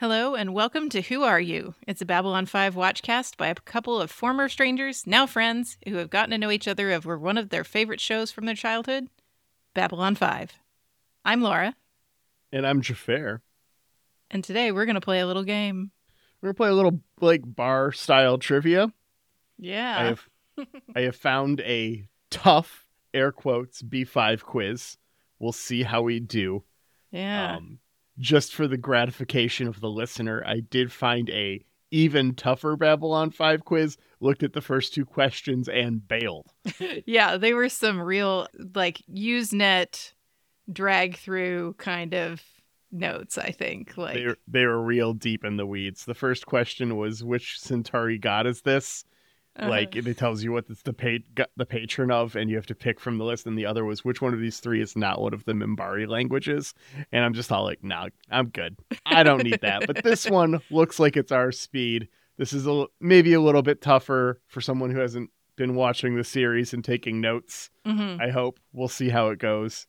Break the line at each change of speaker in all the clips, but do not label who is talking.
and welcome to Who Are You? It's a Babylon 5 watchcast by a couple of former strangers, now friends, who have gotten to know each other over one of their favorite shows from their childhood, Babylon 5. I'm Laura,
And I'm Jafar.
and today we're going to play a little game.
We're gonna play a little like bar style trivia. I
Yeah.
have I have found a tough air quotes B5 quiz. We'll see how we do.
yeah.
Um, just for the gratification of the listener, I did find a even tougher Babylon 5 quiz. Looked at the first two questions and bailed.
yeah, they were some real, like, Usenet drag through kind of notes, I think. Like,
they they were real deep in the weeds. The first question was which Centauri god is this?
uh,
Like it tells you what it's the pa- the patron of, and you have to pick from the list. And the other was which one of these three is not one of the Mimbari languages. And I'm just all like, nah, I'm good. I don't need that. but this one looks like it's our speed. This is a l- maybe a little bit tougher for someone who hasn't been watching the series and taking notes.
mhm.
I hope we'll see how it goes.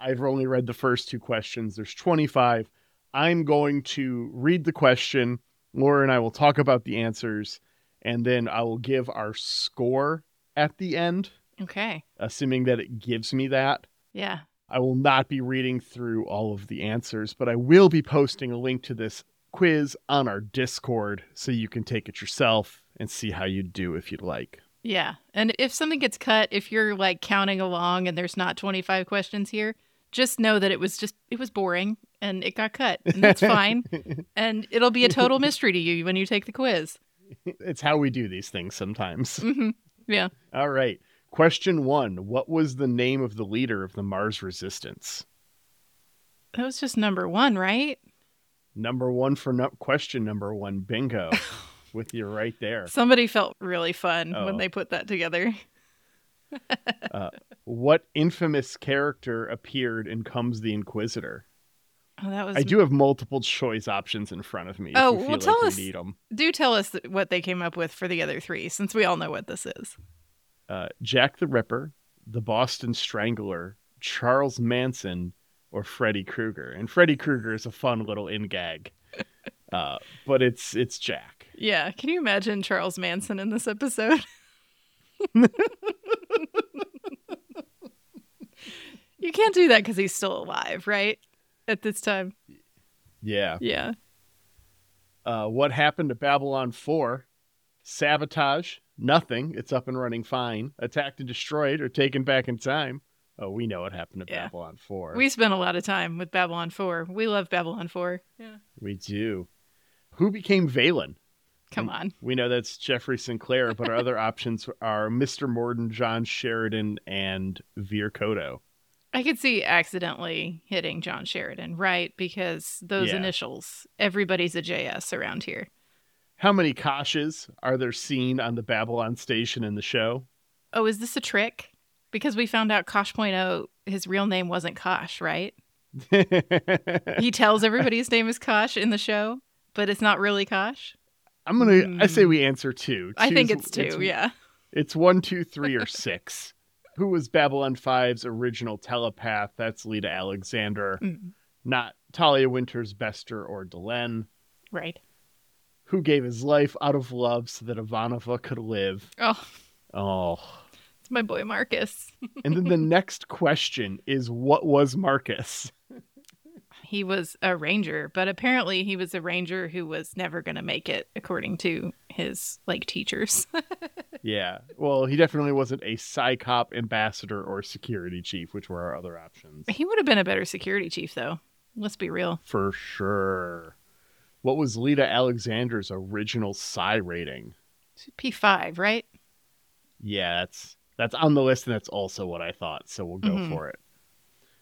I've only read the first two questions. There's 25. I'm going to read the question. Laura and I will talk about the answers, and then I will give our score at the end,
okay.
assuming that it gives me that.
Yeah.
I will not be reading through all of the answers, but I will be posting a link to this quiz on our Discord so you can take it yourself and see how you do if you'd like.
Yeah. And if something gets cut, if you're like counting along and there's not 25 questions here, just know that it was just, it was boring and it got cut. And that's fine. And it'll be a total mystery to you when you take the quiz.
It's how we do these things sometimes.
hmm Yeah.
All right. Question one What was the name of the leader of the Mars resistance?
That was just number one, right?
Number one for nu- question number one. Bingo. With you right there.
Somebody felt really fun when
Oh.
they put that together.
What infamous character appeared in Comes the Inquisitor?
Oh, that was.
I do have multiple choice options in front of me. if
Oh,
you feel
well,
like
tell
you
us-
Need 'em.
do tell us th- what they came up with for the other three, since we all know what this is.
Uh, Jack the Ripper, the Boston Strangler, Charles Manson, or Freddy Krueger. And Freddy Krueger is a fun little in gag, uh, but it's it's Jack.
Yeah. Can you imagine Charles Manson in this episode? you can't do that because he's still alive, right? At this time.
Yeah.
Yeah.
uh, what happened to Babylon 4, sabotage, nothing, it's up and running fine, attacked and destroyed, or taken back in time. Oh, we know what happened to
Yeah.
Babylon 4.
We spent a lot of time with Babylon 4. We love Babylon 4. Yeah.
we do. Who became Valen?
Come on.
We know that's Jeffrey Sinclair, but our other options are Mr. Morden, John Sheridan, and Veer Kodo.
I could see accidentally hitting John Sheridan, right? Because those
Yeah.
initials, everybody's a JS around here.
How many Koshes are there seen on the Babylon station in the show?
Oh, is this a trick? Because we found out Kosh.0, his real name wasn't Kosh, right?
I'm
he tells everybody his name is Kosh in the show, but it's not really Kosh.
gonna. I say
Hmm.
we answer two.
I think
Choose-
it's two, yeah.
It's one, two, three, or six. Who was Babylon 5's original telepath? That's Lita Alexander,
Mm,
not Talia Winters, Bester, or Delenn.
right.
Who gave his life out of love so that Ivanova could live?
Oh,
Oh.
it's my boy Marcus.
And then the next question is what was Marcus?
He was a ranger, but apparently he was a ranger who was never going to make it, according to his like teachers.
Yeah. Well, he definitely wasn't a psychop ambassador or security chief, which were our other options.
he would have been a better security chief, though. Let's be real.
For sure. What was Lita Alexander's original psi rating?
P five, right?
Yeah, that's that's on the list, and that's also what I thought. So we'll go
Mhm.
for it.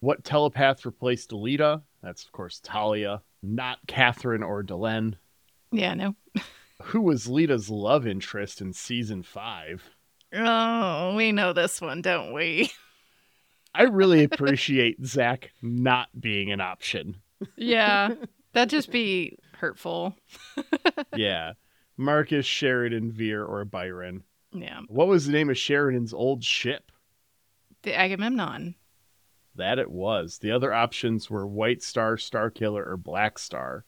What telepath replaced Alita? That's of course Talia, not Catherine or Delenn.
Yeah, no.
Who was Lita's love interest in season five?
Oh, we know this one, don't we?
I really appreciate Zach not being an option.
yeah, that'd just be hurtful.
Yeah. Marcus, Sheridan, Veer, or Byron.
Yeah,
What was the name of Sheridan's old ship?
the Agamemnon.
That it was. The other options were White Star, Star Killer, or Black Star.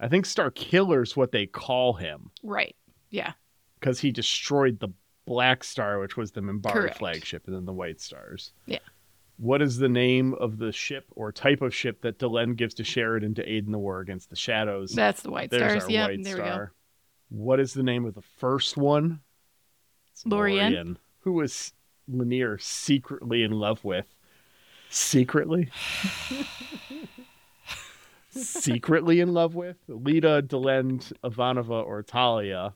I think Star Killer's what they call him
Right. Yeah.
because he destroyed the Black Star, which was the Mimbari
Correct.
flagship, and then the White Stars.
Yeah.
What is the name of the ship or type of ship that Delenn gives to Sheridan to aid in the war against the Shadows?
That's the White
There's
Stars.
our
Yeah.
White
There we go.
Star. What is the name of the first one? It's
Lorien.
who was Lanier secretly in love with. Secretly? secretly in love with? Lita, Delend, Ivanova, or Talia.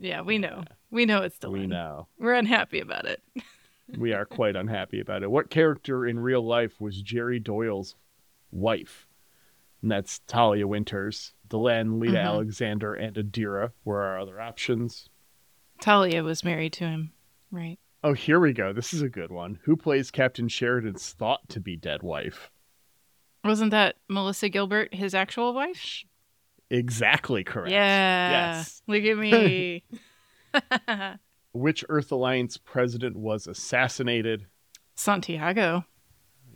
Yeah, we know. We know it's
We
Delenn.
know.
We're unhappy about it.
We are quite unhappy about it. What character in real life was Jerry Doyle's wife? And that's Talia Winters. Delenn, Lita
Mhm.
Alexander, and Adira were our other options.
Talia was married to him, right?
Oh, here we go. This is a good one. Who plays Captain Sheridan's thought to be dead wife?
Wasn't that Melissa Gilbert his actual wife?
Exactly correct.
Yeah.
Yes.
Look at me.
Which Earth Alliance president was assassinated?
Santiago.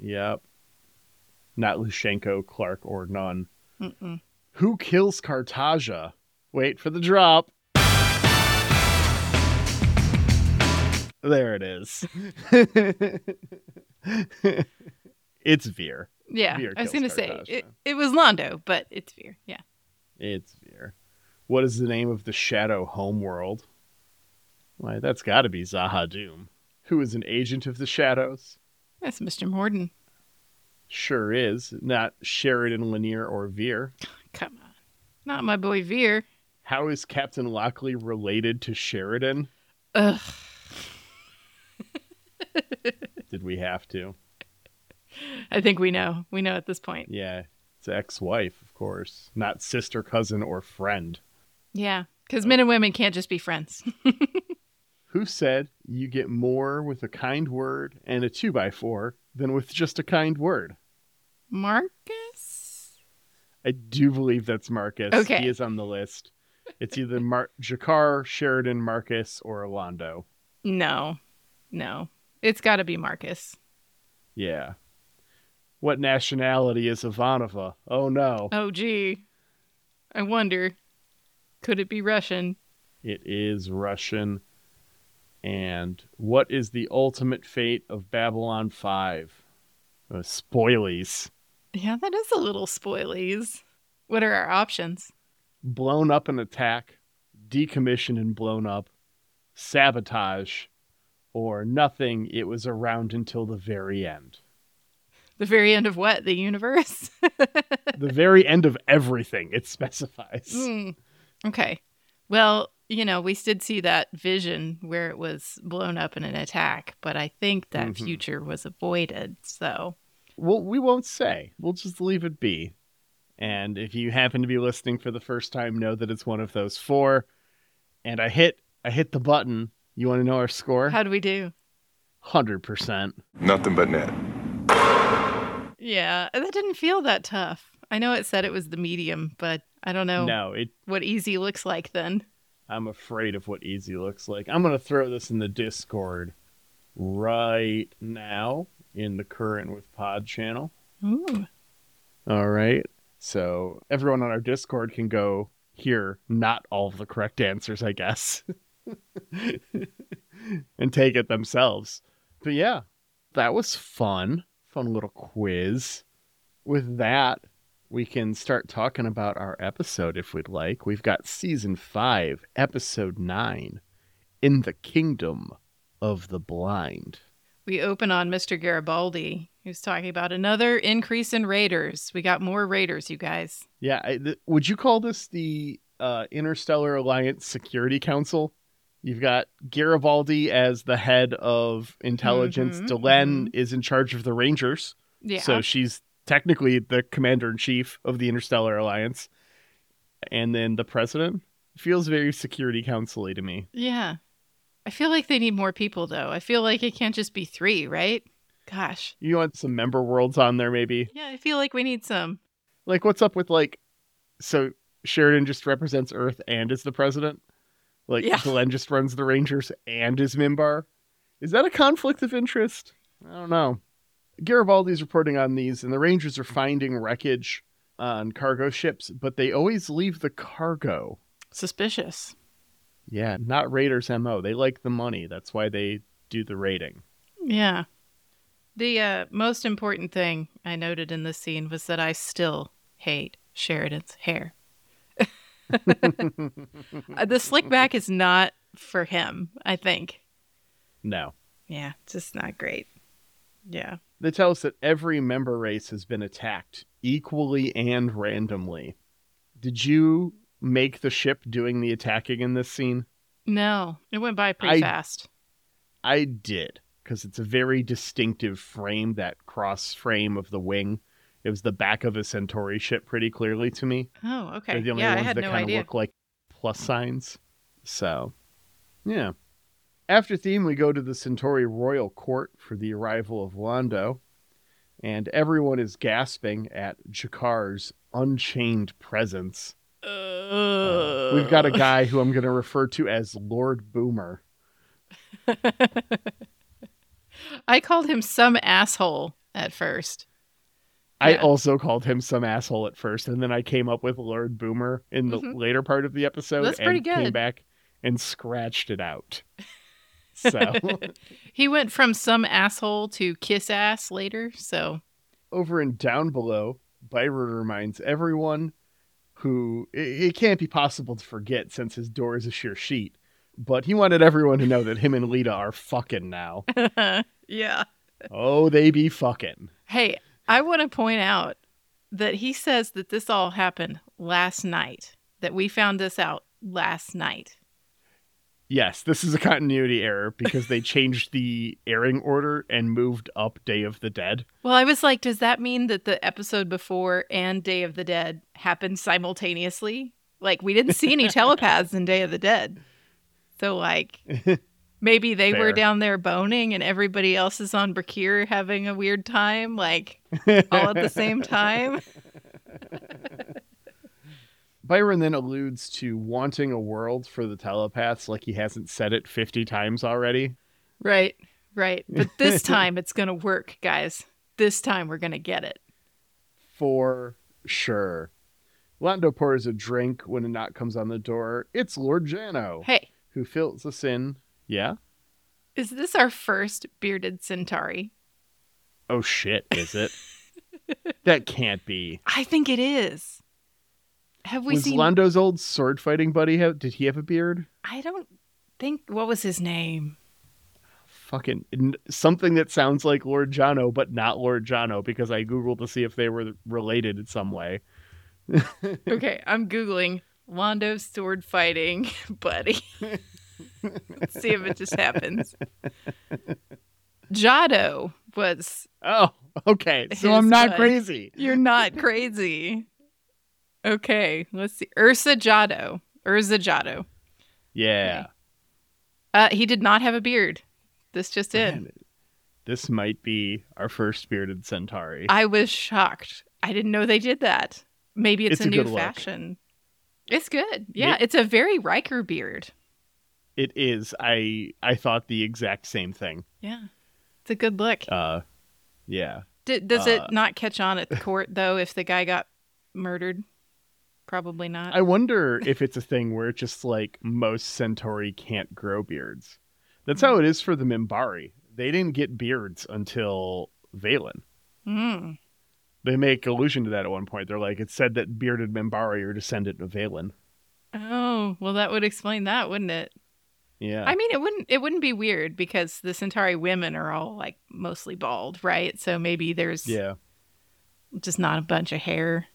Yep. Not Lushenko, Clark, or none.
Mm-mm.
Who kills Cartaja? Wait for the drop. There it is. it's Veer.
Yeah,
Veer
I was
kills
gonna say it,
Cartagia.
it was Londo, but it's Veer. Yeah,
It's Veer. What is the name of the shadow homeworld? Why, that's got to be Zaha Doom, who is an agent of the shadows.
that's Mr. Morden.
Sure is. Not Sheridan, Lanier, or Veer.
Come on, not my boy Veer.
How is Captain Lockley related to Sheridan?
Ugh.
Did we have to?
I think we know. We know at this point.
Yeah, it's ex wife, of course. Not sister, cousin, or friend.
Yeah, because men and women can't just be friends.
Who said you get more with a kind word and a two by four than with just a kind word?
Marcus.
I do believe that's Marcus.
Okay.
He is on the list. It's either Mar- Jakar, Sheridan, Marcus, or Orlando.
No, no, it's got to be Marcus.
Yeah. What nationality is Ivanova? Oh no.
Oh, gee, I wonder. Could it be Russian?
It is Russian. And what is the ultimate fate of Babylon 5? Uh, spoilies.
Yeah, that is a little spoilies. What are our options?
Blown up and attack, decommissioned and blown up, sabotage, or nothing. It was around until the very end.
The very end of what? The universe?
the very end of everything it specifies.
Hmm. Okay. Well, you know, we did see that vision where it was blown up in an attack, but I think that
Mhm.
future was avoided. So,
Well, we won't say. We'll just leave it be. And if you happen to be listening for the first time, know that it's one of those four. And I hit I hit the button. You want to know our score?
how do we do?
Hundred percent.
Nothing but net.
Yeah, that didn't feel that tough. I know it said it was the medium, but I don't know
No, it.
what easy looks like then.
I'm afraid of what easy looks like. I'm gonna throw this in the Discord right now in the current with Pod channel.
Ooh.
All right. So everyone on our Discord can go hear not all of the correct answers, I guess, and take it themselves. But yeah, that was fun. Fun little quiz. With that, we can start talking about our episode if we'd like. We've got season five, episode nine, In the Kingdom of the Blind.
We open on Mr. Garibaldi, who's talking about another increase in raiders. We got more raiders, you guys.
Yeah, I, th- would you call this the uh, Interstellar Alliance Security Council? You've got Garibaldi as the head of intelligence.
Mhm,
Delenn is in charge of the Rangers,
Yeah.
so she's technically the commander in chief of the Interstellar Alliance. And then the president feels very Security Council-y to me.
yeah. I feel like they need more people though. I feel like it can't just be 3, right? Gosh.
You want some member worlds on there, maybe?
Yeah, I feel like we need some.
Like, what's up with like? So Sheridan just represents Earth and is the president. Like
Yeah.
Delenn just runs the Rangers and is Mimbar. Is that a conflict of interest? I don't know. Garibaldi's reporting on these, and the Rangers are finding wreckage on cargo ships, but they always leave the cargo.
Suspicious.
Yeah, not Raiders MO. They like the money. That's why they do the raiding.
Yeah. The uh, most important thing I noted in this scene was that I still hate Sheridan's hair. Uh, the slick back is not for him, I think.
no.
Yeah, it's just not great. Yeah.
They tell us that every member race has been attacked equally and randomly. Did you make the ship doing the attacking in this scene?
No, it went by pretty
I-
fast.
I did, because it's a very distinctive frame, that cross frame of the wing. It was the back of a Centauri ship pretty clearly to me.
Oh, okay.
They're the only
yeah, I
ones
had
that
no
kind
idea.
of look like plus signs. So, yeah. After theme, we go to the Centauri royal court for the arrival of Londo, and everyone is gasping at Jakar's unchained presence. Uh, we've got a guy who I'm going to refer to as Lord Boomer.
I called him some asshole at first.
I
Yeah.
also called him some asshole at first, and then I came up with Lord Boomer in the
Mhm.
later part of the episode
That's
and
pretty
came
good.
back and scratched it out. So.
He went from some asshole to kiss ass later, so
over and down below, Byron reminds everyone who it, it can't be possible to forget since his door is a sheer sheet, but he wanted everyone to know that him and Lita are fucking now.
yeah.
oh, they be fucking.
Hey, I want to point out that he says that this all happened last night, that we found this out last night.
Yes, this is a continuity error because they changed the airing order and moved up Day of the Dead.
Well, I was like, does that mean that the episode before and Day of the Dead happened simultaneously? Like, we didn't see any telepaths in Day of the Dead. So, like, maybe they
Fair.
were down there boning and everybody else is on Brakir having a weird time, like, all at the same time.
Byron then alludes to wanting a world for the telepaths like he hasn't said it 50 times already.
Right, right. But this time it's going to work, guys. This time we're going to get it.
for sure. Lando pours a drink when a knock comes on the door. It's Lord Jano,
Hey,
who fills us in. Yeah?
is this our first bearded Centauri?
Oh shit, is it? that can't be.
I think it is. Have we
was
seen
Lando's old sword fighting buddy have did he have a beard?
I don't think what was his name?
Fucking n- something that sounds like Lord Jano, but not Lord Jano, because I googled to see if they were related in some way.
Okay, I'm googling Londo sword fighting buddy. Let's see if it just happens. Jado was
Oh, okay. So I'm
His
not
bud.
crazy.
you're not crazy. Okay, let's see. Ursa Jado. Ursa Jado.
Yeah.
Uh, he did not have a beard. This just it.
Man, this might be our first bearded Centauri.
I was shocked. I didn't know they did that. Maybe it's,
It's
a,
a
new
good look.
fashion. It's good.
May-
Yeah, it's a very Riker beard.
It is. I I thought the exact same thing.
Yeah. It's a good look.
Uh yeah.
D- does
uh,
it not catch on at the court, though, if the guy got murdered? Probably not.
I wonder if it's a thing where it's just like most Centauri can't grow beards. That's how it is for the Mimbari. They didn't get beards until Valen.
Hmm.
They make allusion to that at one point. They're like, it's said that bearded Mimbari are descendant of Valen.
Oh, well, that would explain that, wouldn't it?
Yeah.
I mean, it wouldn't. It wouldn't be weird because the Centauri women are all like mostly bald, right? So maybe there's
yeah.
just not a bunch of hair.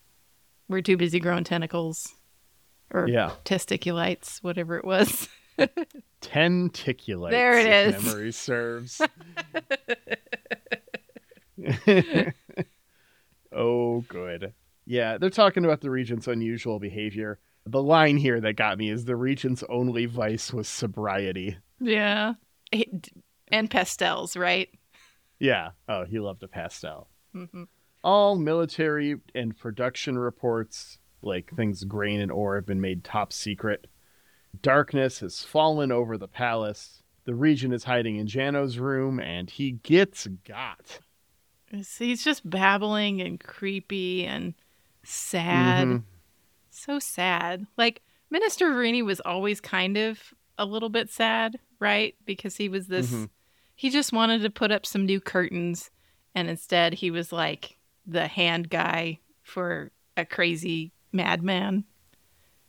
We're too busy growing tentacles or
Yeah.
testiculites, whatever it was.
Tenticulate.
There it
if
is.
Memory serves. oh, good. Yeah, they're talking about the Regent's unusual behavior. The line here that got me is the Regent's only vice was sobriety.
Yeah, and pastels, right?
Yeah. Oh, he loved a pastel.
hmm
All military and production reports, like things grain and ore, have been made top secret. Darkness has fallen over the palace. The regent is hiding in Jano's room, and he gets got.
He's just babbling and creepy and sad.
Mhm.
So sad. Like Minister Verini was always kind of a little bit sad, right? Because he was this
Mhm.
he just wanted to put up some new curtains and instead he was like the hand guy for a crazy madman.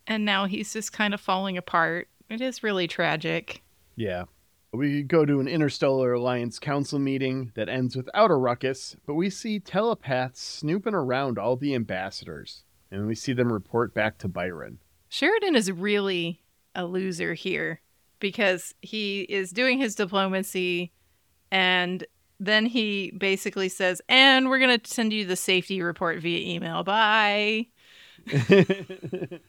And now he's just kind of falling apart. It is really tragic.
Yeah. We go to an Interstellar Alliance council meeting that ends without a ruckus, but we see telepaths snooping around all the ambassadors, and we see them report back to Byron.
Sheridan is really a loser here because he is doing his diplomacy and then he basically says, and we're going to send you the safety report via email. Bye.
the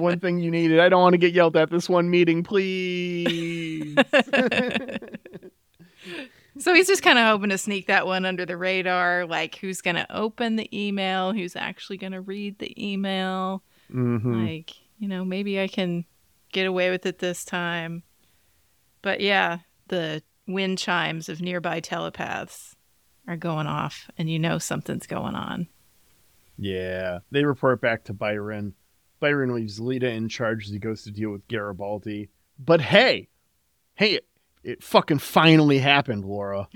one thing you needed. I don't want to get yelled at this one meeting, please.
So he's just kind of hoping to sneak that one under the radar. Like, who's going to open the email? Who's actually going to read the email?
hmm
Like, you know, maybe I can get away with it this time. But yeah, the wind chimes of nearby telepaths are going off, and you know something's going on.
Yeah. They report back to Byron. Byron leaves Lita in charge as he goes to deal with Garibaldi. But hey, hey, it, it fucking finally happened, Laura.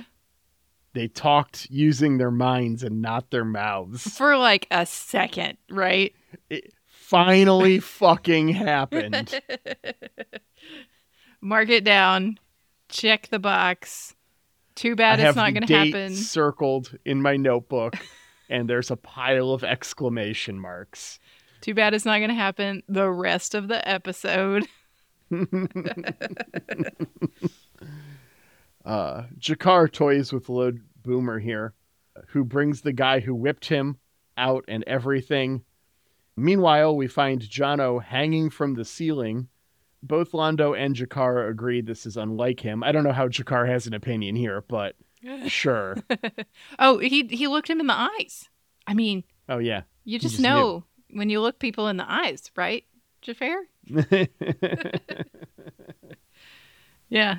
They talked using their minds and not their mouths.
For like a second, right?
It finally fucking happened.
Mark it down, check the box. Too bad
I have
it's not
the
going to
date
happen.
circled in my notebook, and there's a pile of exclamation marks.
Too bad it's not going to happen the rest of the episode.
Uh, Jakar toys with Lord Boomer here, who brings the guy who whipped him out and everything. Meanwhile, we find Jono hanging from the ceiling. Both Londo and Jakar agree this is unlike him. I don't know how Jakar has an opinion here, but sure.
Oh, he he looked him in the eyes. I mean,
oh, yeah.
You just,
just knew.
know when you look people in the eyes, right, Jafar? Yeah.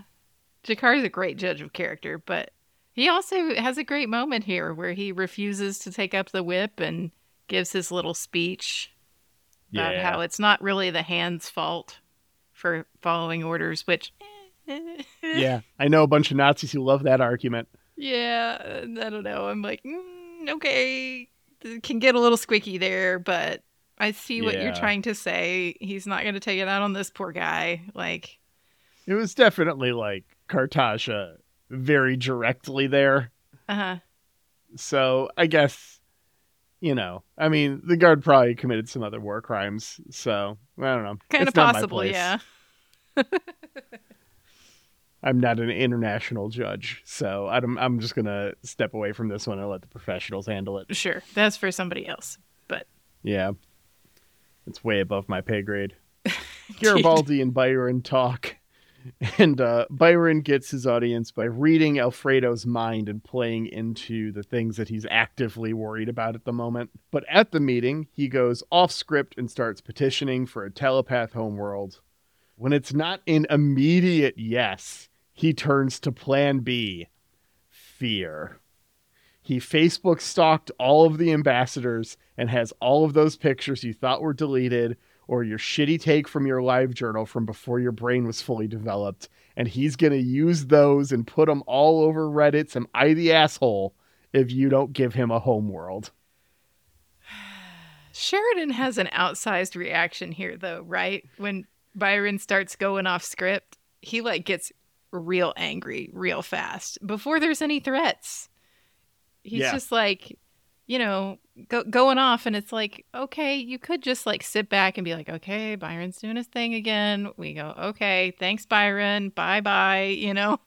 Jakar is a great judge of character, but he also has a great moment here where he refuses to take up the whip and gives his little speech about
yeah.
how it's not really the hand's fault for following orders, which. eh,
yeah. I know a bunch of Nazis who love that argument.
Yeah, I don't know. I'm like, mm, okay, it can get a little squeaky there, but I see what you're
Yeah.
trying to say. He's not going to take it out on this poor guy. Like,
It was definitely like Cartagia very directly there.
uh huh.
So I guess, you know, I mean, the guard probably committed some other war crimes. So I don't know.
Kind of
It's not my
possible,
place.
yeah.
I'm not an international judge, so I'm I'm just gonna step away from this one and let the professionals handle it.
Sure. That's for somebody else.
Yeah, it's way above my pay grade. Garibaldi and Byron talk, and uh, Byron gets his audience by reading Alfredo's mind and playing into the things that he's actively worried about at the moment. But at the meeting, he goes off script and starts petitioning for a telepath homeworld. When it's not an immediate yes, he turns to Plan B fear. He Facebook stalked all of the ambassadors and has all of those pictures you thought were deleted or your shitty take from your live journal from before your brain was fully developed. And he's going to use those and put them all over Reddit. Some I the asshole if you don't give him a homeworld.
Sheridan has an outsized reaction here, though, right? When Byron starts going off script, he like gets real angry real fast before there's any threats. He's
Yeah.
just like, you know, go- going off, and it's like, okay, you could just like sit back and be like, okay, Byron's doing his thing again. We go, okay, thanks, Byron. Bye bye, you know?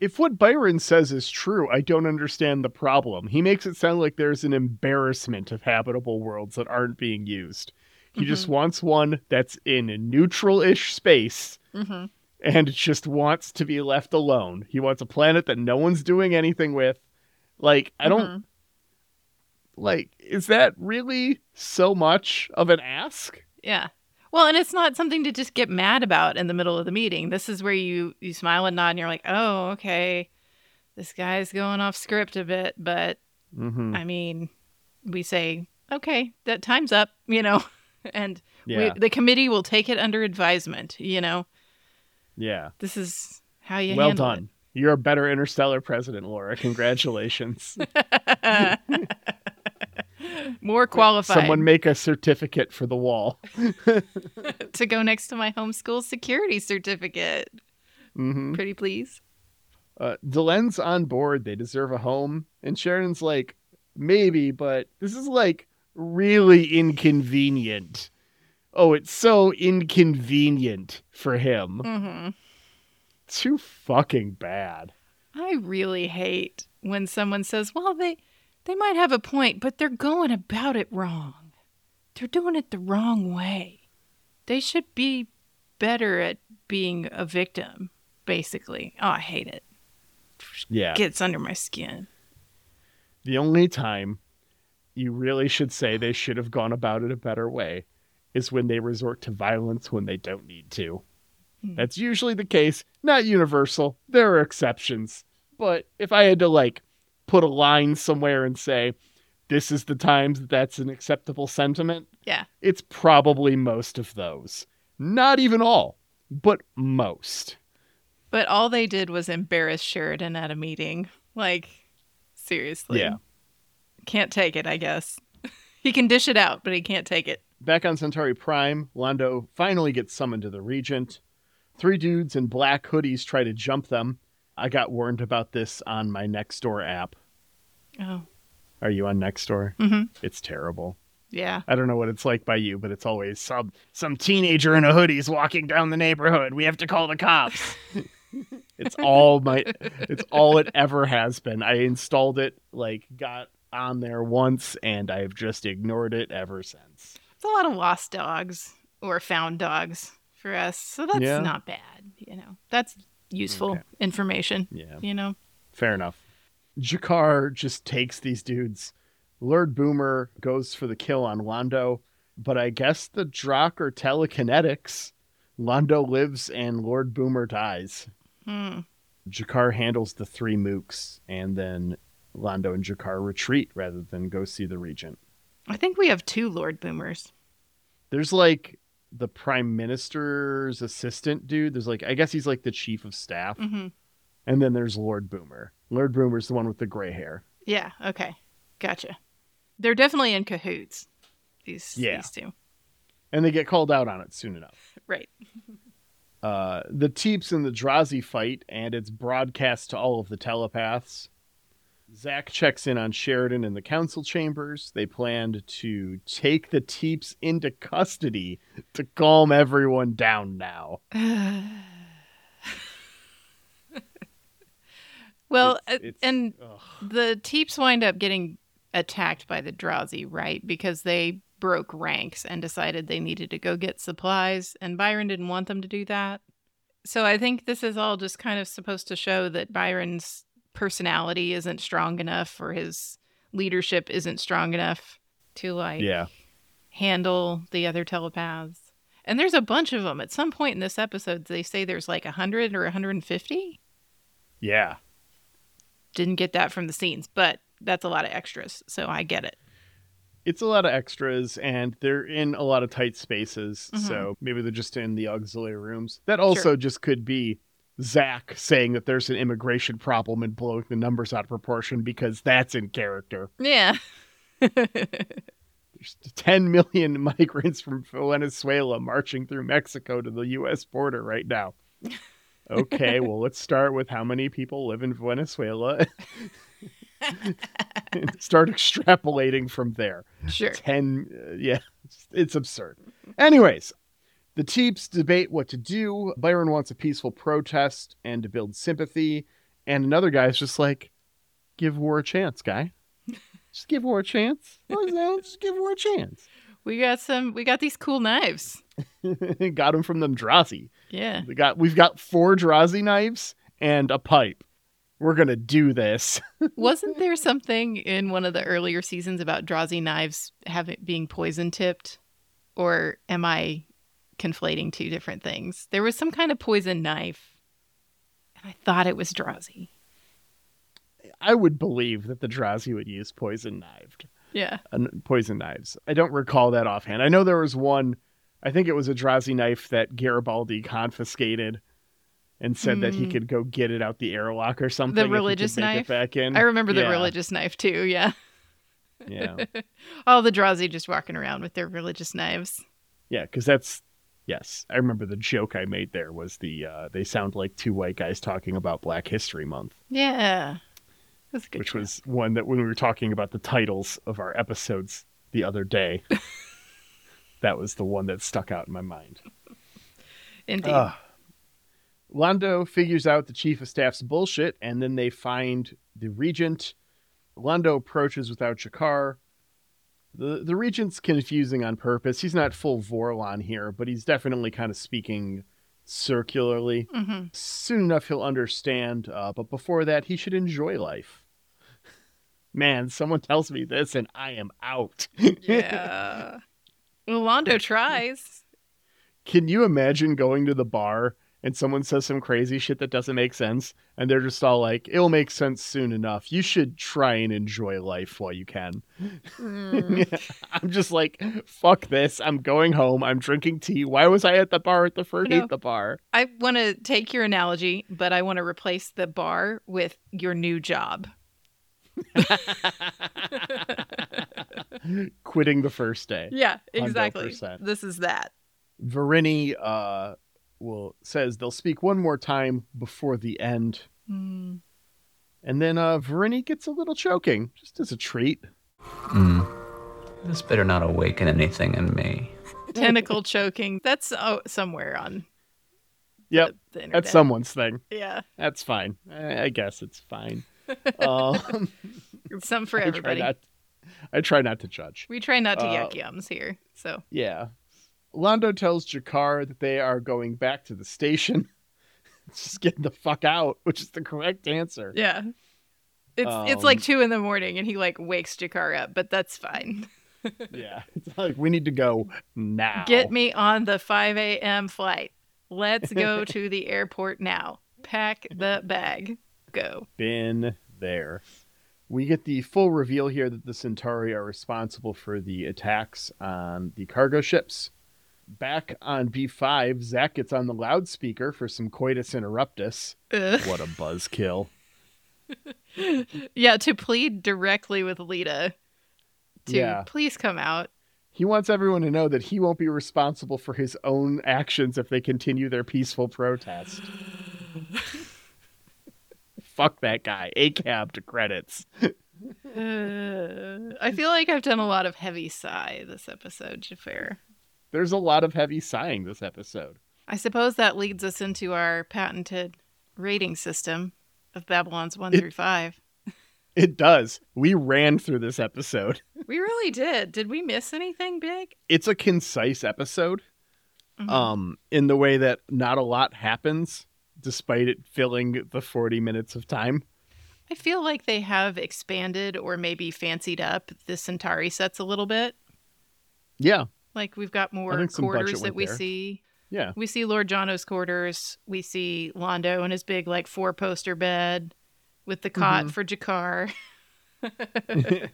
If what Byron says is true, I don't understand the problem. He makes it sound like there's an embarrassment of habitable worlds that aren't being used. He just wants one that's in a neutral ish space
Mm-hmm.
and just wants to be left alone. He wants a planet that no one's doing anything with. Like, I
Mm-hmm.
don't like is that really so much of an ask?
Yeah. Well, and it's not something to just get mad about in the middle of the meeting. This is where you you smile and nod and you're like, "Oh, okay. This guy's going off script a bit, but
Mhm.
I mean, we say, okay, that time's up, you know, and we,
Yeah.
the committee will take it under advisement. You know,
yeah.
this is how you
well
handle it.
done. You're a better interstellar president, Laura. Congratulations.
More qualified
Someone make a certificate for the wall.
to go next to my homeschool security certificate.
hmm
Pretty please.
Uh, Delen's on board. They deserve a home. And Sharon's like, maybe, but this is like really inconvenient. Oh, it's so inconvenient for him.
hmm
Too fucking bad.
I really hate when someone says, "Well, they they might have a point, but they're going about it wrong. They're doing it the wrong way. They should be better at being a victim." Basically, oh, I hate it.
Yeah.
Gets under my skin.
the only time you really should say they should have gone about it a better way is when they resort to violence when they don't need to.
Hmm.
That's usually the case, not universal. There are exceptions. But if I had to like put a line somewhere and say this is the times that that's an acceptable sentiment,
Yeah.
it's probably most of those. Not even all, but most.
But all they did was embarrass Sheridan at a meeting. Like, seriously.
Yeah.
Can't take it, I guess. he can dish it out, but he can't take it.
Back on Centauri Prime, Londo finally gets summoned to the Regent. Three dudes in black hoodies try to jump them. I got warned about this on my Nextdoor app.
Oh.
Are you on Nextdoor?
hmm
It's terrible.
Yeah.
I don't know what it's like by you, but it's always some some teenager in a hoodie's walking down the neighborhood. We have to call the cops. it's all my it's all it ever has been. I installed it, like got on there once and I've just ignored it ever since.
It's a lot of lost dogs or found dogs for us. So that's
Yeah.
not bad. You know, that's useful
Okay.
information,
Yeah.
you know?
Fair enough. Jakar just takes these dudes. Lord Boomer goes for the kill on Londo, but I guess the Drock are telekinetics. Londo lives and Lord Boomer dies.
Hmm.
Jakar handles the three mooks, and then Londo and Jakar retreat rather than go see the regent.
I think we have two Lord Boomers.
There's like the prime minister's assistant dude. There's like, I guess he's like the chief of staff.
hmm
And then there's Lord Boomer. Lord Boomer's the one with the gray hair.
Yeah. Okay. Gotcha. They're definitely in cahoots, these,
Yeah.
these two.
And they get called out on it soon enough.
Right.
uh, the Teeps and the Drazi fight, and it's broadcast to all of the telepaths. Zack checks in on Sheridan in the council chambers. They planned to take the Teeps into custody to calm everyone down now.
Well,
It's-
uh,
it's-
and
ugh.
the Teeps wind up getting attacked by the Drowsy, right? Because they broke ranks and decided they needed to go get supplies, and Byron didn't want them to do that. So I think this is all just kind of supposed to show that Byron's personality isn't strong enough, or his leadership isn't strong enough to like
Yeah.
handle the other telepaths. And there's a bunch of them. At some point in this episode, they say there's like 100 or 150.
Yeah.
Didn't get that from the scenes, but that's a lot of extras. So I get it.
It's a lot of extras, and they're in a lot of tight spaces. So maybe they're just in the auxiliary rooms. That also just could be Zach saying that there's an immigration problem and blowing the numbers out of proportion because that's in character.
Yeah.
There's 10 million migrants from Venezuela marching through Mexico to the U.S. border right now. Okay, well, let's start with how many people live in Venezuela and start extrapolating from there.
sure.
10, uh, yeah, it's absurd. Anyways, the Teeps debate what to do. Byron wants a peaceful protest and to build sympathy. And another guy's just like, give war a chance, guy. Just give war a chance. Well, you know, Just give war a chance.
We got some, we got these cool knives.
got him from them Drazi.
Yeah.
We got we've got four Drazi knives and a pipe. We're gonna do this.
Wasn't there something in one of the earlier seasons about Drazi knives having being poison tipped? Or am I conflating two different things? There was some kind of poison knife, and I thought it was Drazi.
I would believe that the Drazi would use poison knived.
Yeah.
and poison knives. I don't recall that offhand. I know there was one. I think it was a Drazi knife that Garibaldi confiscated and said that he
Hmm.
could go get it out the airlock or something. if he could
religious
make it
knife?
back in.
I remember the
Mm, Yeah,
religious knife too. Yeah.
Yeah,
All the Drazi just walking around with their religious knives.
yeah, because that's yes. I remember the joke I made there was the uh, they sound like two white guys talking about Black History Month.
Yeah. That's a good.
which
job.
was one that when we were talking about the titles of our episodes the other day, that was the one that stuck out in my mind.
indeed.
Ugh. Ah. Londo figures out the chief of staff's bullshit, and then they find the regent. Londo approaches without Jakar. The, the regent's confusing on purpose. He's not full Vorlon here, but he's definitely kind of speaking circularly.
hmm
Soon enough, he'll understand. Uh, but before that, he should enjoy life. Man, someone tells me this, and I am out.
Yeah. well, Londo tries.
Can you imagine going to the bar and someone says some crazy shit that doesn't make sense, and they're just all like, "It'll make sense soon enough. You should try and enjoy life while you can."
Mm.
I'm just like, "Fuck this. I'm going home. I'm drinking tea. Why was I at the bar at the first
I know.
at the bar?"
I want to take your analogy, but I want to replace the bar with your new job.
Quitting the first day.
Yeah,
100%.
This is that.
Verini uh, will says they'll speak one more time before the end,
Mm.
and then uh, Verini gets a little choking, just as a treat.
Hmm. This better not awaken anything in me.
Tentacle choking. That's oh, somewhere on
Yep,
the internet.
that's someone's thing.
Yeah,
That's fine. I, I guess it's fine. um,
it's some for
I try
everybody.
not. I try not to judge.
we try not to
Uh,
yuck yums here. So
Yeah. Londo tells Jakar that they are going back to the station. Just get the fuck out, which is the correct answer.
yeah, it's it's like
Um,
two in the morning, and he like wakes Jakar up, but that's fine.
Yeah. It's like we need to go now.
Get me on the 5 a.m. flight. Let's go to the airport now. Pack the bag. Go.
been there. We get the full reveal here that the Centauri are responsible for the attacks on the cargo ships. Back on B5, Zach gets on the loudspeaker for some coitus interruptus.
Ugh.
What a buzzkill.
yeah, to plead directly with Lita to
Yeah.
please come out.
He wants everyone to know that he won't be responsible for his own actions if they continue their peaceful protest. Fuck that guy. ACAB to credits.
Uh, I feel like I've done a lot of heavy sigh this episode, Jafar.
There's a lot of heavy sighing this episode.
I suppose that leads us into our patented rating system of Babylon's 1
It-
through 5.
It does. We ran through this episode.
We really did. Did we miss anything big?
it's a concise episode
Mhm.
um in the way that not a lot happens despite it filling the 40 minutes of time
I feel like they have expanded or maybe fancied up the Centauri sets a little bit.
yeah
Like we've got more
think some budget
quarters that
went
we
there.
see.
yeah
We see Lord Jono's quarters. We see Londo in his big, like, four poster bed with the cot
Mhm.
for Jakar.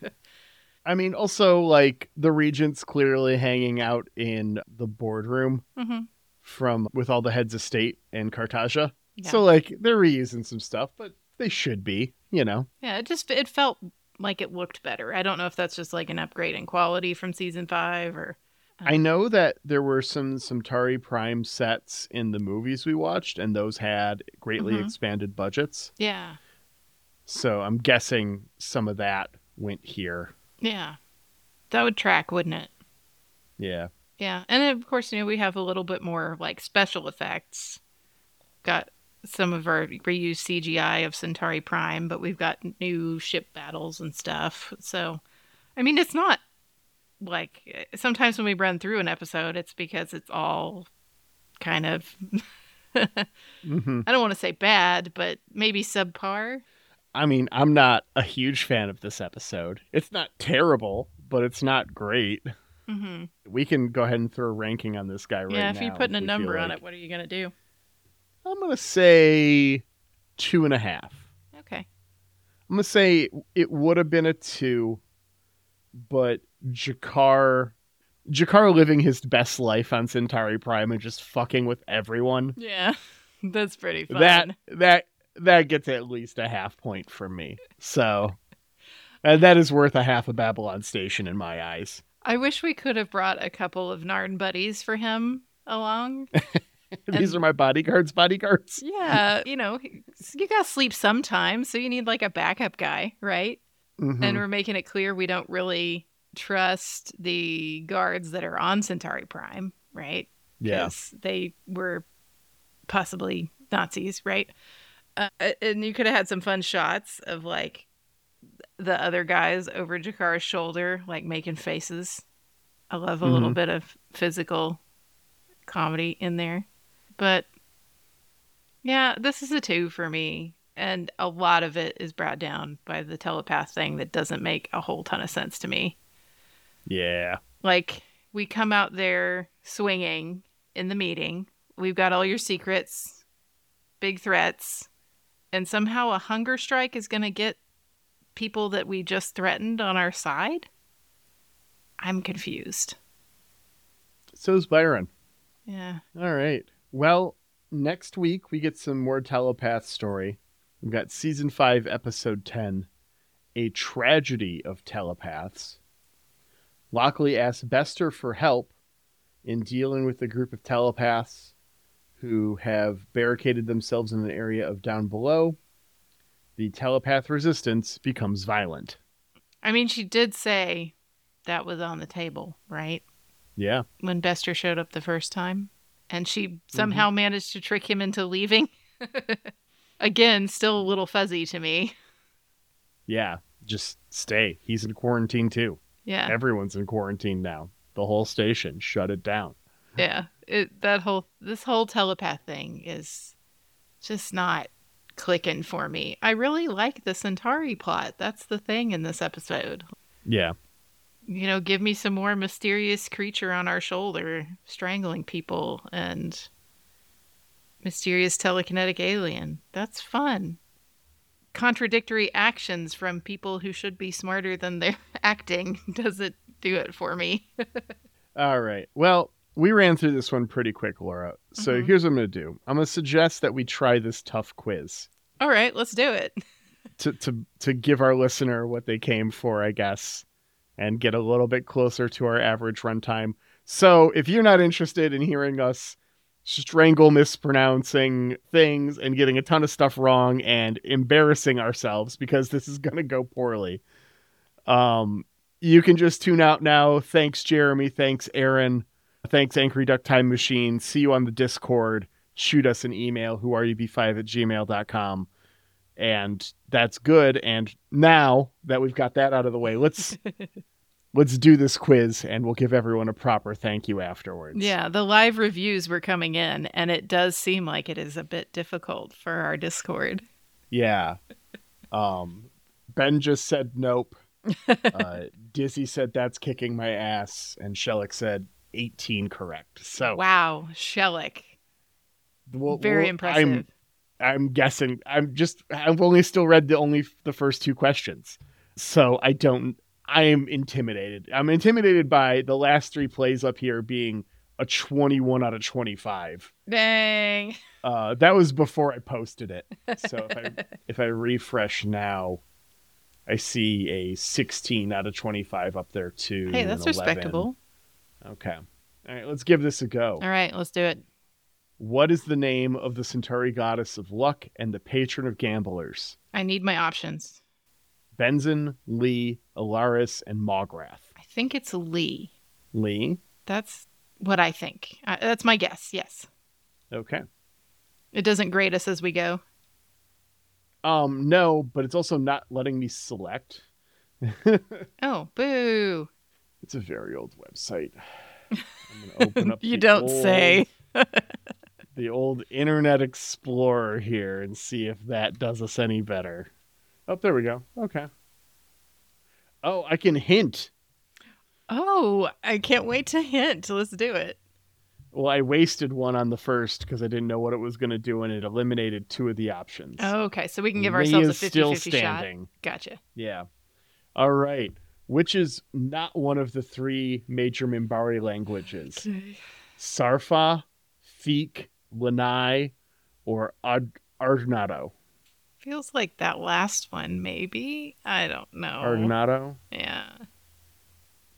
i mean also like the regent's clearly hanging out in the boardroom
hmm
from with all the heads of state and cartagia
Yeah.
so like they're reusing some stuff but they should be you know
yeah, it just it felt like it looked better. I don't know if that's just like an upgrade in quality from season five or.
I know that there were some Centauri Prime sets in the movies we watched, and those had greatly
Mhm.
expanded budgets.
Yeah,
So I'm guessing some of that went here.
yeah, that would track, wouldn't it?
Yeah.
Yeah, and of course, you know, we have a little bit more like special effects. Got some of our reused CGI of Centauri Prime, but we've got new ship battles and stuff. So, I mean, it's not like sometimes when we run through an episode, it's because it's all kind of I
hmm
don't want to say bad, but maybe subpar.
I mean, I'm not a huge fan of this episode. It's not terrible, but it's not great.
hmm
We can go ahead and throw a ranking on this guy right now.
yeah, if you're putting a
we feel
number on
like.
it, what are you gonna do?
I'm going to say two and a half.
Okay.
I'm going to say it would have been a two but Jakar Jakar living his best life on Centauri Prime and just fucking with everyone.
Yeah. That's pretty fun.
That that that gets at least a half point from me. So and that is worth a half a Babylon station in my eyes.
I wish we could have brought a couple of Narn buddies for him along.
These
And-
are my bodyguards, bodyguards.
Yeah, Uh, you know, you gotta sleep sometime, so you need like a backup guy, right?
Mhm.
And we're making it clear we don't really trust the guards that are on Centauri Prime, right?
yeah.
'Cause they were possibly Nazis, right? Uh, and you could have had some fun shots of like the other guys over Jakar's shoulder, like making faces. I love a little bit of physical comedy in there. But yeah, this is a two for me. And a lot of it is brought down by the telepath thing that doesn't make a whole ton of sense to me
Yeah.
like we come out there swinging in the meeting we've got all your secrets big threats and somehow a hunger strike is going to get people that we just threatened on our side i'm confused
So's Byron.
yeah
All right. Well, next week we get some more telepath story. We've got season five, episode ten, a tragedy of telepaths. Lockley asks Bester for help in dealing with a group of telepaths who have barricaded themselves in an area of down below. The telepath resistance becomes violent.
i mean she did say that was on the table right
Yeah.
when bester showed up the first time and she somehow managed to trick him into leaving again still a little fuzzy to me
Yeah. Just stay. He's in quarantine too.
yeah
Everyone's in quarantine now. The whole station shut it down.
yeah it, that whole this whole telepath thing is just not clicking for me i really like the centauri plot that's the thing in this episode
Yeah.
you know give me some more mysterious creature on our shoulder strangling people and mysterious telekinetic alien that's fun contradictory actions from people who should be smarter than they're acting doesn't do it for me
All right. Well, we ran through this one pretty quick, Laura. So
Mhm.
here's what I'm going to do. I'm going to suggest that we try this tough quiz
all right let's do it
to to to give our listener what they came for, I guess, and get a little bit closer to our average runtime. So if you're not interested in hearing us strangle mispronouncing things and getting a ton of stuff wrong and embarrassing ourselves because this is going to go poorly. Um, you can just tune out now. Thanks, Jeremy. Thanks, Aaron. Thanks, Angry Duck Time Machine. See you on the Discord. Shoot us an email, whoareub5 at gmail.com. And that's good. And now that we've got that out of the way, let's let's do this quiz and we'll give everyone a proper thank you afterwards.
Yeah, the live reviews were coming in, and it does seem like it is a bit difficult for our Discord.
Yeah. Um, ben just said nope. Uh, Dizzy said that's kicking my ass, and Shellick said 18 correct. So
Wow, Shellick.
Oh. we'll-
Very
we'll-
impressive.
I'm, I'm guessing. I'm just. I've only still read the only the first two questions, so I don't. I am intimidated. I'm intimidated by the last three plays up here being a 21 out of 25.
Dang.
Uh, that was before I posted it. So if I if I refresh now, I see a 16 out of 25 up there too.
Hey,
and
that's
11.
respectable.
Okay. All right, let's give this a go.
All right, let's do it.
What is the name of the Centauri goddess of luck and the patron of gamblers?
I need my options.
Benzin, Lee, Alaris, and Mograth.
I think it's Lee.
Lee.
That's what I think. Uh, that's my guess. Yes.
Okay.
It doesn't grade us as we go.
Um, no, but it's also not letting me select.
Oh, boo.
It's a very old website. I'm gonna open up
You
the
don't
old-
say.
the old Internet Explorer here and see if that does us any better. Oh, there we go. Okay. Oh, I can hint.
Oh, I can't wait to hint. Let's do it.
Well, I wasted one on the first because I didn't know what it was going to do, and it eliminated two of the options.
Okay, so Oh, we can give
Lee
ourselves a
is
50
still
50 shot.
standing.
Gotcha.
Yeah. All right. which is not one of the three major Mimbari languages
Okay.
Sarfa, Feek, Lanai, or Ad- Arnado.
Feels like that last one, maybe. I don't know.
Arnado?
Yeah.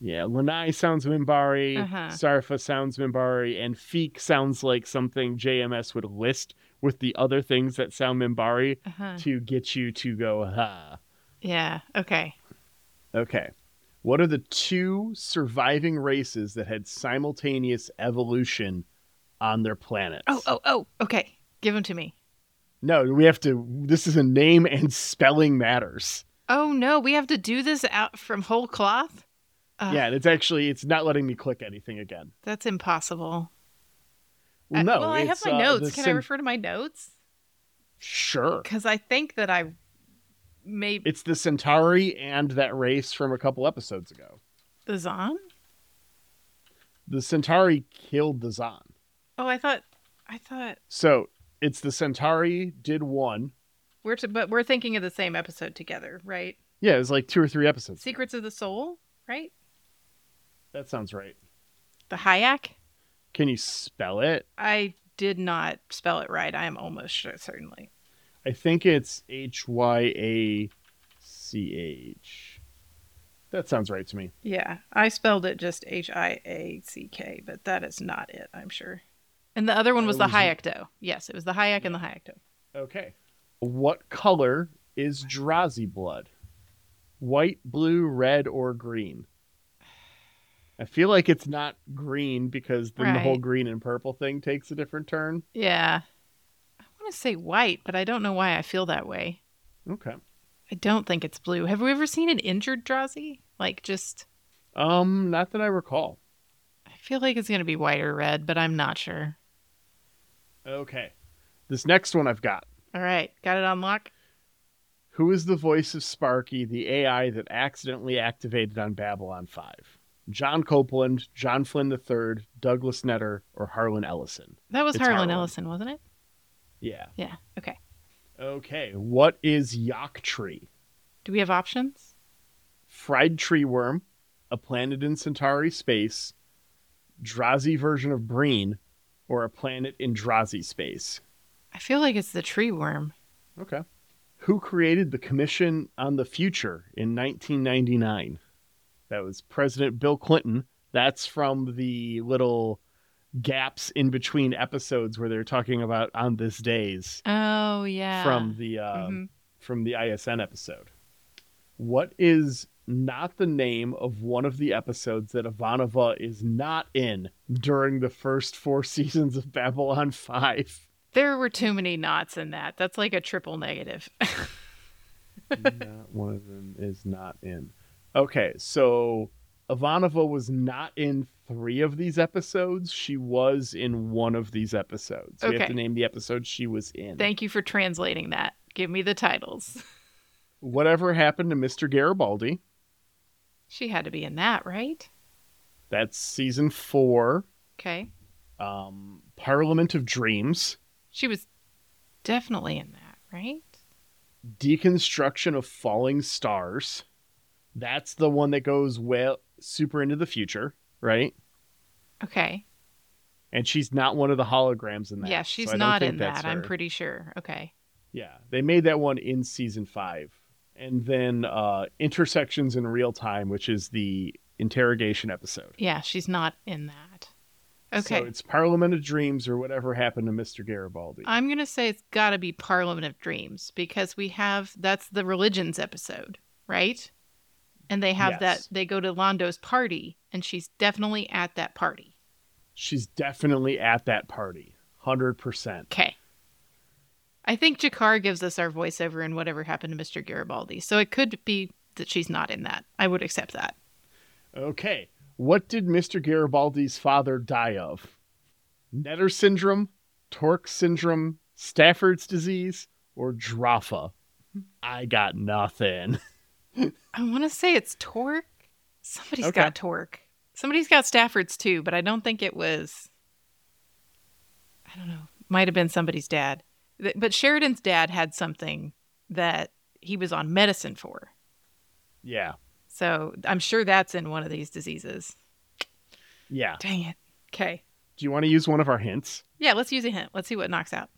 Yeah, Lanai sounds Mimbari,
Uh-huh.
Sarfa sounds Mimbari, and Feek sounds like something JMS would list with the other things that sound Mimbari
Uh-huh.
to get you to go, ha.
Yeah. Okay.
Okay. What are the two surviving races that had simultaneous evolution on their planets?
Oh, oh, oh. Okay. Give them to me.
No, we have to. This is a name and spelling matters.
Oh no, we have to do this out from whole cloth. Uh,
yeah, and it's actually it's not letting me click anything again.
That's impossible.
Well,
I-
no,
well, I have
it's,
my
uh,
notes.
the
Can I
sim-
refer to my notes?
Sure.
Because I think that I maybe
It's the Centauri and that race from a couple episodes ago.
the Zon.
The Centauri killed the Zon.
Oh, I thought, I thought
So it's the Centauri did one.
we're to, but we're thinking of the same episode together, right?
Yeah, it was like two or three episodes.
Secrets of the Soul, right?
That sounds right.
The Hayak.
Can you spell it?
I did not spell it right. I am almost sure, certainly.
I think it's H Y A C H. That sounds right to me.
Yeah, I spelled it just H I A C K, but that is not it. I'm sure. And the other one
I
was the
was-
Hayekdo. Yes, it was the Hayak and the Hayekdo.
Okay. What color is Drazi blood? White, blue, red, or green? I feel like it's not green because then the whole
Right.
green and purple thing takes a different turn.
Yeah. I want to say white, but I don't know why I feel that way.
Okay.
I don't think it's blue. Have we ever seen an injured Drazi? Like, just,
Um, not that I recall.
I feel like it's going to be white or red, but I'm not sure.
Okay. This next one I've got.
All right. Got it on lock?
Who is the voice of Sparky, the AI that accidentally activated on Babylon 5? John Copeland, John Flynn III, Douglas Netter, or Harlan Ellison?
That was
It's
Harlan,
Harlan.
Ellison, wasn't it?
Yeah.
Yeah. Okay.
Okay. What is Yak Tree?
Do we have options?
Fried tree worm, a planet in Centauri space, Drazi version of Breen, or a planet in Drazi space?
I feel like it's the tree worm.
Okay. Who created the Commission on the Future in 1999? That was President Bill Clinton. That's from the little gaps in between episodes where they're talking about on this days
Oh, yeah.
from the uh,
Mhm.
from the ISN episode. What is not the name of one of the episodes that Ivanova is not in during the first four seasons of Babylon 5?
There were too many knots in that. That's like a triple negative.
not one of them is not in. Okay, so Ivanova was not in three of these episodes. She was in one of these episodes. We
Okay.
have to name the episode she was in.
Thank you for translating that. Give me the titles.
Whatever happened to Mr. Garibaldi?
She had to be in that, right?
That's season four.
Okay.
Um, Parliament of Dreams,
She was definitely in that, right?
Deconstruction of Falling Stars. That's the one that goes well super into the future, right?
Okay.
And she's not one of the holograms in that.
yeah, she's
so I don't
not
think
in
that's
that. I'm
her.
pretty sure. Okay.
Yeah, they made that one in season five, and then uh, intersections in real time, which is the interrogation episode.
Yeah, she's not in that. Okay.
so it's Parliament of Dreams or whatever happened to Mr. Garibaldi.
I'm going to say it's got to be Parliament of Dreams because we have that's the religions episode, right? And they have
Yes.
that they go to Londo's party and she's definitely at that party.
She's definitely at that party, hundred percent.
Okay. I think Jakar gives us our voiceover in whatever happened to Mr. Garibaldi. So it could be that she's not in that. I would accept that.
Okay, what did Mr. Garibaldi's father die of? Netter syndrome, Torque syndrome, Stafford's disease, or Drafa? I got nothing.
I want to say it's Torque. Somebody's
Okay.
got Torque. Somebody's got Stafford's too, but I don't think it was. I don't know. Might have been somebody's dad. Th- But Sheridan's dad had something that he was on medicine for.
Yeah.
So I'm sure that's in one of these diseases.
Yeah.
Dang it. Okay.
Do you want to use one of our hints?
Yeah, let's use a hint. Let's see what knocks out.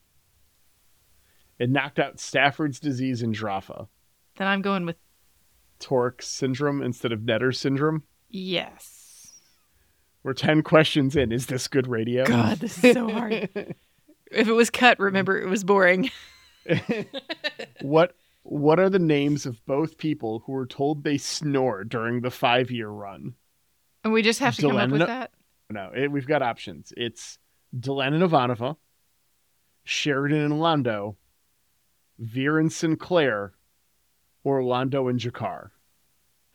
It knocked out Stafford's disease and Jaffa,
Then I'm going with
Torque syndrome instead of Netter syndrome.
yes.
We're 10 questions in. Is this good radio?
God, this is so hard. if it was cut, remember it was boring.
What what are the names of both people who were told they snore during the 5-year run?
And we just have to come up with
Delano-
that.
No, it, we've got options. It's Delenn and Ivanova, Sheridan and Londo, Veer and Sinclair, or Londo and Jakar.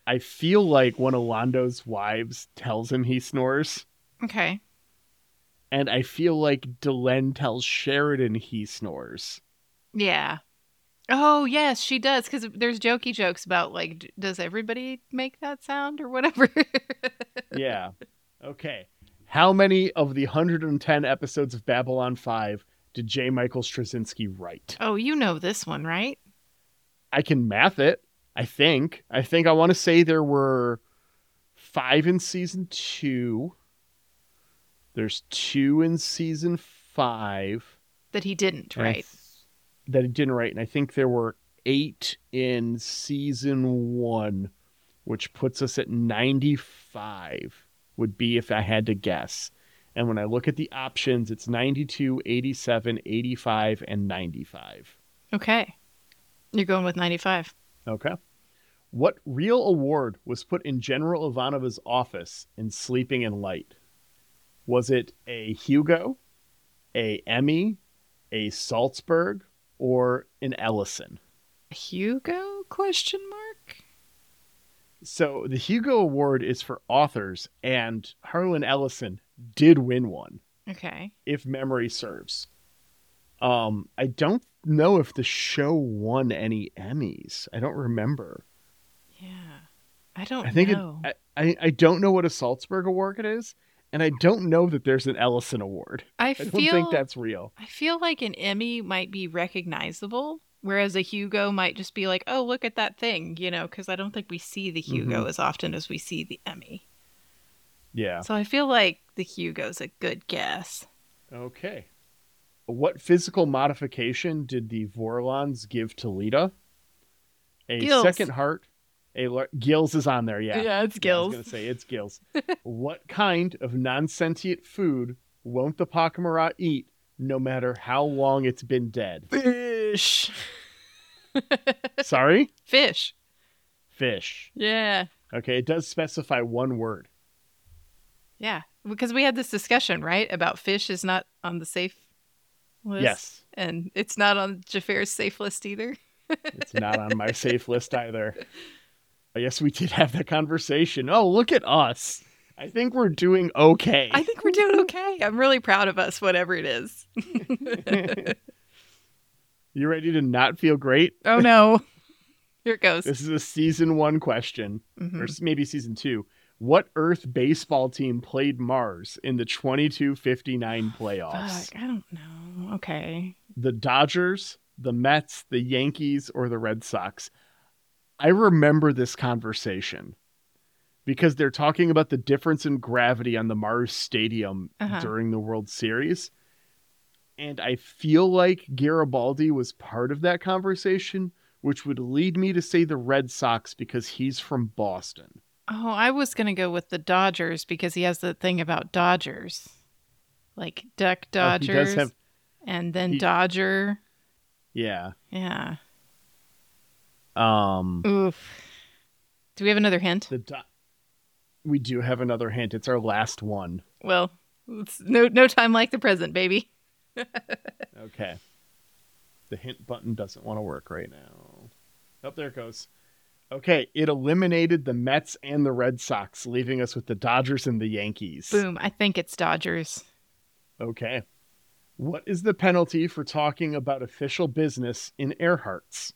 I feel like one of Londo's wives tells him he snores,
Okay.
and I feel like Delenn tells Sheridan he snores.
Yeah. Oh yes, she does because there's jokey jokes about like, d- does everybody make that sound or whatever?
Yeah. Okay. How many of the 110 episodes of Babylon 5 did J. Michael Straczynski write?
oh, you know this one, right?
I can math it. I think. I think I want to say there were five in season two. There's two in season five.
That he didn't,
and I
right?
th- that it didn't write. And I think there were eight in season one, which puts us at 95, would be if I had to guess. And when I look at the options, it's 92, 87, 85, and 95.
Okay. You're going with 95.
Okay. What real award was put in General Ivanova's office in Sleeping in Light? Was it a Hugo, a Emmy, a Salzburg, or an Ellison?
Hugo question mark?
So the Hugo Award is for authors, and Harlan Ellison did win one,
Okay.
if memory serves. Um, I don't know if the show won any Emmys. I don't remember.
Yeah. I don't
I think it,
know.
I, I I don't know what a Salzburg award it is, and I don't know that there's an Ellison award.
I,
I don't
feel
think that's real.
I feel like an Emmy might be recognizable, whereas a Hugo might just be like, "Oh, look at that thing," you know, because I don't think we see the Hugo as often as we see the Emmy.
Mm-hmm. Yeah.
So I feel like the Hugo's a good guess.
Okay. What physical modification did the Vorlons give to Lita? A
Gills.
second heart. A lar- gills is on there. Yeah.
it's
I was gonna say it's gills. what kind of non-sentient food won't the Pakamarat eat, no matter how long it's been dead?
Fish.
Sorry,
Fish.
fish.
Yeah.
Okay, it does specify one word.
Yeah. Because we had this discussion, right, about fish is not on the safe list.
Yes.
And it's not on Jafar's safe list either.
It's not on my safe list either. I guess we did have that conversation. Oh, look at us. I think we're doing okay.
I think we're doing okay. I'm really proud of us, whatever it is.
you ready to not feel great?
Oh no. Here it goes.
This is a season one question,
Mhm.
or s- maybe season two. What Earth baseball team played Mars in the 2259 playoffs?
Fuck, I don't know. Okay.
The Dodgers, the Mets, the Yankees, or the Red Sox? I remember this conversation because they're talking about the difference in gravity on the Mars Stadium
Uh-huh.
during the World Series. And I feel like Garibaldi was part of that conversation, which would lead me to say the Red Sox because he's from Boston.
Oh, I was gonna go with the Dodgers because he has the thing about Dodgers, like Duck
Oh, he
Dodgers,
does have-
and then
he-
Dodger.
Yeah.
Yeah.
Um
Hmm. Oof. Do we have another hint?
the do- we do have another hint. It's our last one.
Well, it's no no time like the present, baby.
Okay. The hint button doesn't want to work right now. Up there it goes. Okay, it eliminated the Mets and the Red Sox, leaving us with the Dodgers and the Yankees.
Boom. I think it's Dodgers.
Okay. What is the penalty for talking about official business in Earhart's?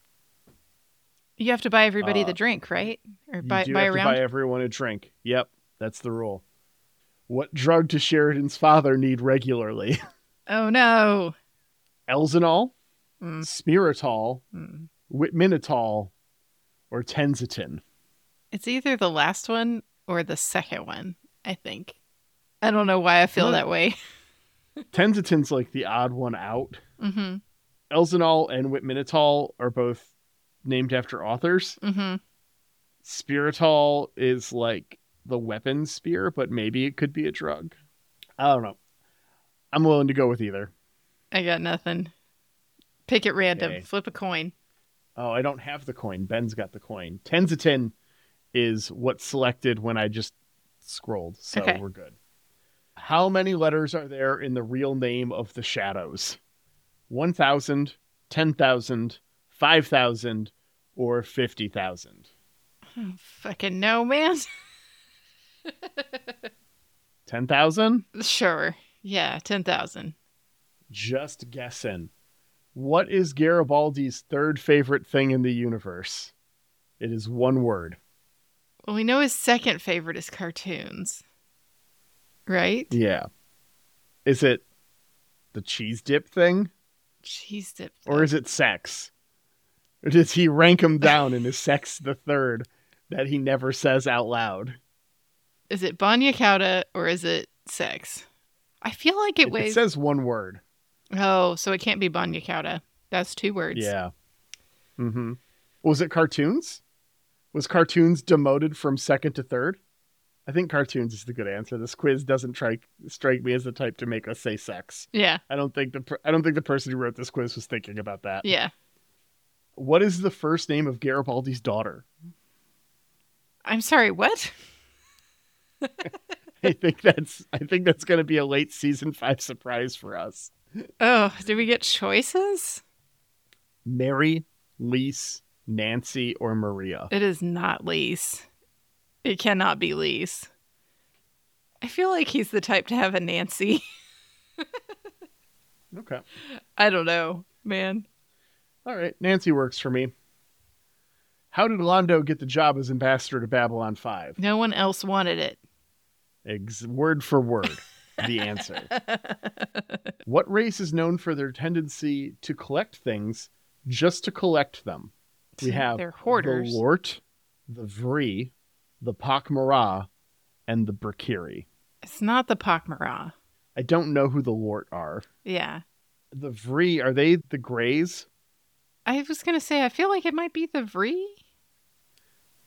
You have to buy everybody the
Uh,
drink, right? Or
You
buy
do
buy
have
a
to
round.
buy everyone a drink. Yep, that's the rule. What drug does Sheridan's father need regularly?
Oh no.
Elzinol,
Mm,
Spiritol,
mm.
Whitminitol, or Tenzitin?
It's either the last one or the second one, I think. I don't know why I feel
Well-
that way.
Tenzitan's like the odd one out.
hmm
Elzenal and Whitminatol are both named after authors.
hmm
Spiritol is like the weapon spear, but maybe it could be a drug. I don't know. I'm willing to go with either.
I got nothing. Pick at random.
Okay.
Flip a coin.
Oh, I don't have the coin. Ben's got the coin. Tenzitin is what's selected when I just scrolled, so
Okay.
we're good. How many letters are there in the real name of the shadows? 1,000, 10,000, 5,000, or 50,000?
Oh, fucking no, man.
10,000?
sure. Yeah, 10,000.
Just guessing. What is Garibaldi's third favorite thing in the universe? It is one word.
Well, we know his second favorite is cartoons, right?
Yeah. Is it the cheese dip thing?
Cheese dip.
or is it sex? Or does he rank him down and is sex the third that he never says out loud?
is it Banya Kauda or is it sex? I feel like it,
It, it
weighs.
says one word.
oh, so it can't be Banya Kauda. That's two words.
Yeah. Mm-hmm. Was it cartoons? Was cartoons demoted from second to third? I think cartoons is the good answer. This quiz doesn't try, strike me as the type to make us say sex.
Yeah.
I don't think the per- I don't think the person who wrote this quiz was thinking about that.
Yeah.
What is the first name of Garibaldi's daughter?
I'm sorry, what?
I think that's I think that's going to be a late season 5 surprise for us.
Oh, did we get choices?
Mary, Lise, Nancy, or Maria.
It is not Lise. It cannot be Lise. I feel like he's the type to have a Nancy.
Okay.
I don't know, man.
All right. Nancy works for me. How did Londo get the job as ambassador to Babylon 5?
No one else wanted it.
Ex- word for word, the answer. What race is known for their tendency to collect things just to collect them? We have
They're hoarders.
the Lort, the Vree, the Pakmara, and the Brikiri.
It's not the Pakmara.
I don't know who the Lort are.
Yeah.
The Vree, are they the Greys?
I was going to say, I feel like it might be the Vree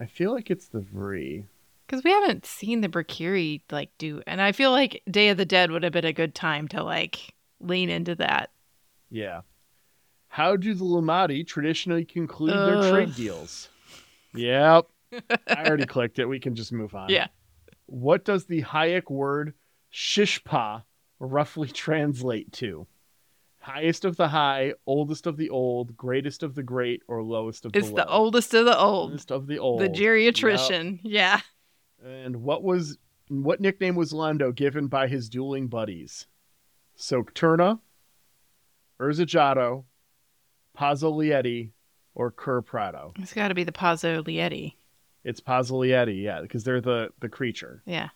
I feel like it's the Vree.
because we haven't seen the Brikiri like do. And I feel like Day of the Dead would have been a good time to like lean into that.
Yeah. How do the Lamati traditionally conclude their
Ugh.
trade deals? Yep. I already clicked it. We can just move on.
Yeah.
What does the Hayek word shishpa roughly translate to? Highest of the high, oldest of the old, greatest of the great, or lowest of
It's
the low?
the oldest of the old.
Oldest of the old.
The geriatrician. Yeah.
And what was what nickname was Londo given by his dueling buddies? Socturna, Urzajato, Pozzolietti, or Kerr Prado?
It's got to be the Pazzo Lietti.
It's Pozzolietti, yeah, because they're the the creature.
Yeah.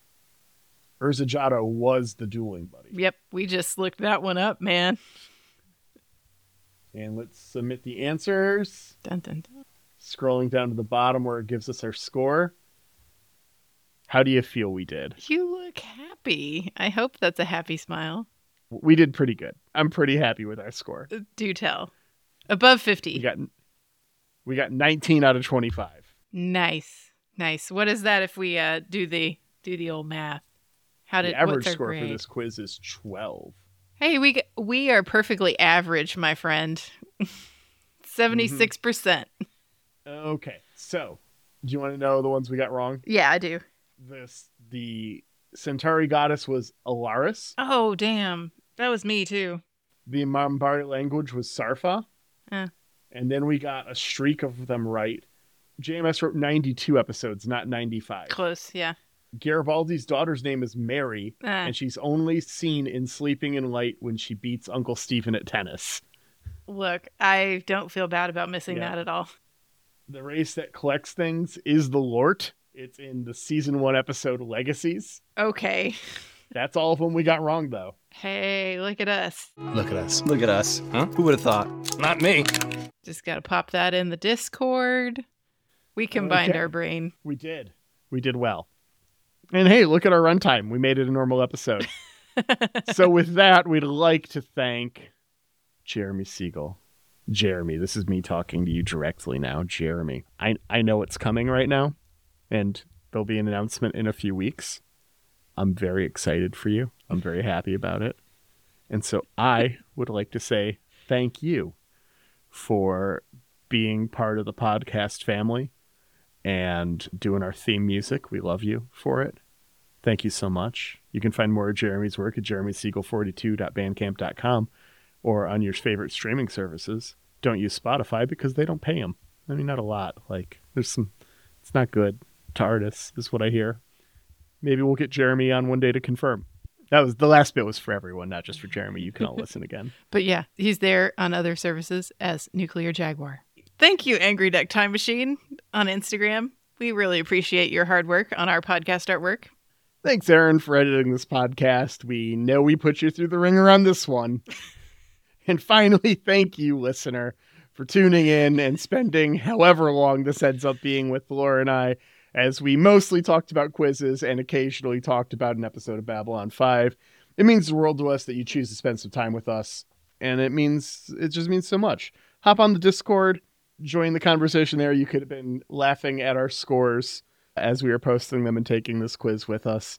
Urzajato was the dueling buddy.
Yep. We just looked that one up, man.
And let's submit the answers.
Dun, dun, dun.
Scrolling down to the bottom where it gives us our score. How do you feel we did?
You look happy. I hope that's a happy smile.
We did pretty good. I'm pretty happy with our score.
Uh, Do tell. Above
We
50.
got we got 19 out of 25.
Nice. Nice. What is that if we uh, do the do the old math? How did
the average
what's our
score for
grade?
this quiz is 12.
Hey, we g- we are perfectly average, my friend. 76%. percent
Okay, so do you want to know the ones we got wrong?
Yeah, I do.
This the Centauri goddess was Alaris.
Oh, damn. That was me too.
The Mambari language was Sarfa.
Huh.
And then we got a streak of them right. JMS wrote 92 episodes, not 95.
Close, yeah.
Garibaldi's daughter's name is Mary,
Ah,
and she's only seen in Sleeping in Light when she beats Uncle Stephen at tennis.
look, I don't feel bad about missing
Yeah.
that at all.
the race that collects things is the Lort. It's in the season one episode Legacies.
Okay.
That's all of them we got wrong, though.
Hey, look at us.
Look at us.
Look at us. Who would have thought?
Not me.
Just got to pop that in the Discord. We combined
Okay.
our brain.
We did. We did well. And hey, look at our runtime. We made it a normal episode. so with that, we'd like to thank Jeremy Siegel. Jeremy, this is me talking to you directly now. Jeremy, I I know it's coming right now, and there'll be an announcement in a few weeks. I'm very excited for you. I'm very happy about it. And so I would like to say thank you for being part of the podcast family and doing our theme music. We love you for it. Thank you so much. You can find more of Jeremy's work at jeremysiegel42.bandcamp.com or on your favorite streaming services. Don't use Spotify because they don't pay him. I mean, not a lot. Like, there's some, it's not good to artists, is what I hear. Maybe we'll get Jeremy on one day to confirm. That was the last bit was for everyone, not just for Jeremy. You can all listen again.
But yeah, he's there on other services as Nuclear Jaguar. Thank you, Angry Duck Time Machine on Instagram. We really appreciate your hard work on our podcast artwork.
Thanks, Aaron, for editing this podcast. We know we put you through the ringer on this one. and finally, thank you, listener, for tuning in and spending however long this ends up being with Laura and I, as we mostly talked about quizzes and occasionally talked about an episode of Babylon 5. It means the world to us that you choose to spend some time with us, and it means it just means so much. Hop on the Discord, join the conversation there. You could have been laughing at our scores as we are posting them and taking this quiz with us.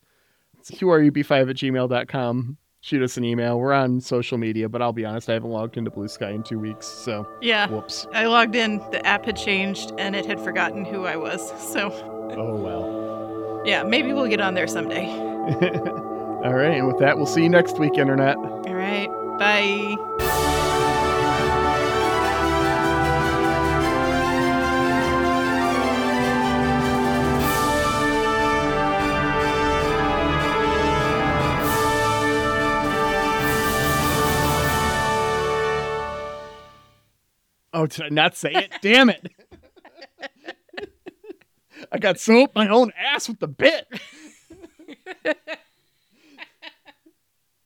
It's qrub5 at gmail.com. Shoot us an email. We're on social media, but I'll be honest, I haven't logged into Blue Sky in two weeks, so
Yeah,
whoops.
I logged in. The app had changed and it had forgotten who I was. So
Oh well.
yeah, maybe we'll get on there someday.
All right, and with that, we'll see you next week, Internet.
All right, bye.
Oh, did I not say it? Damn it. I got so up my own ass with the bit.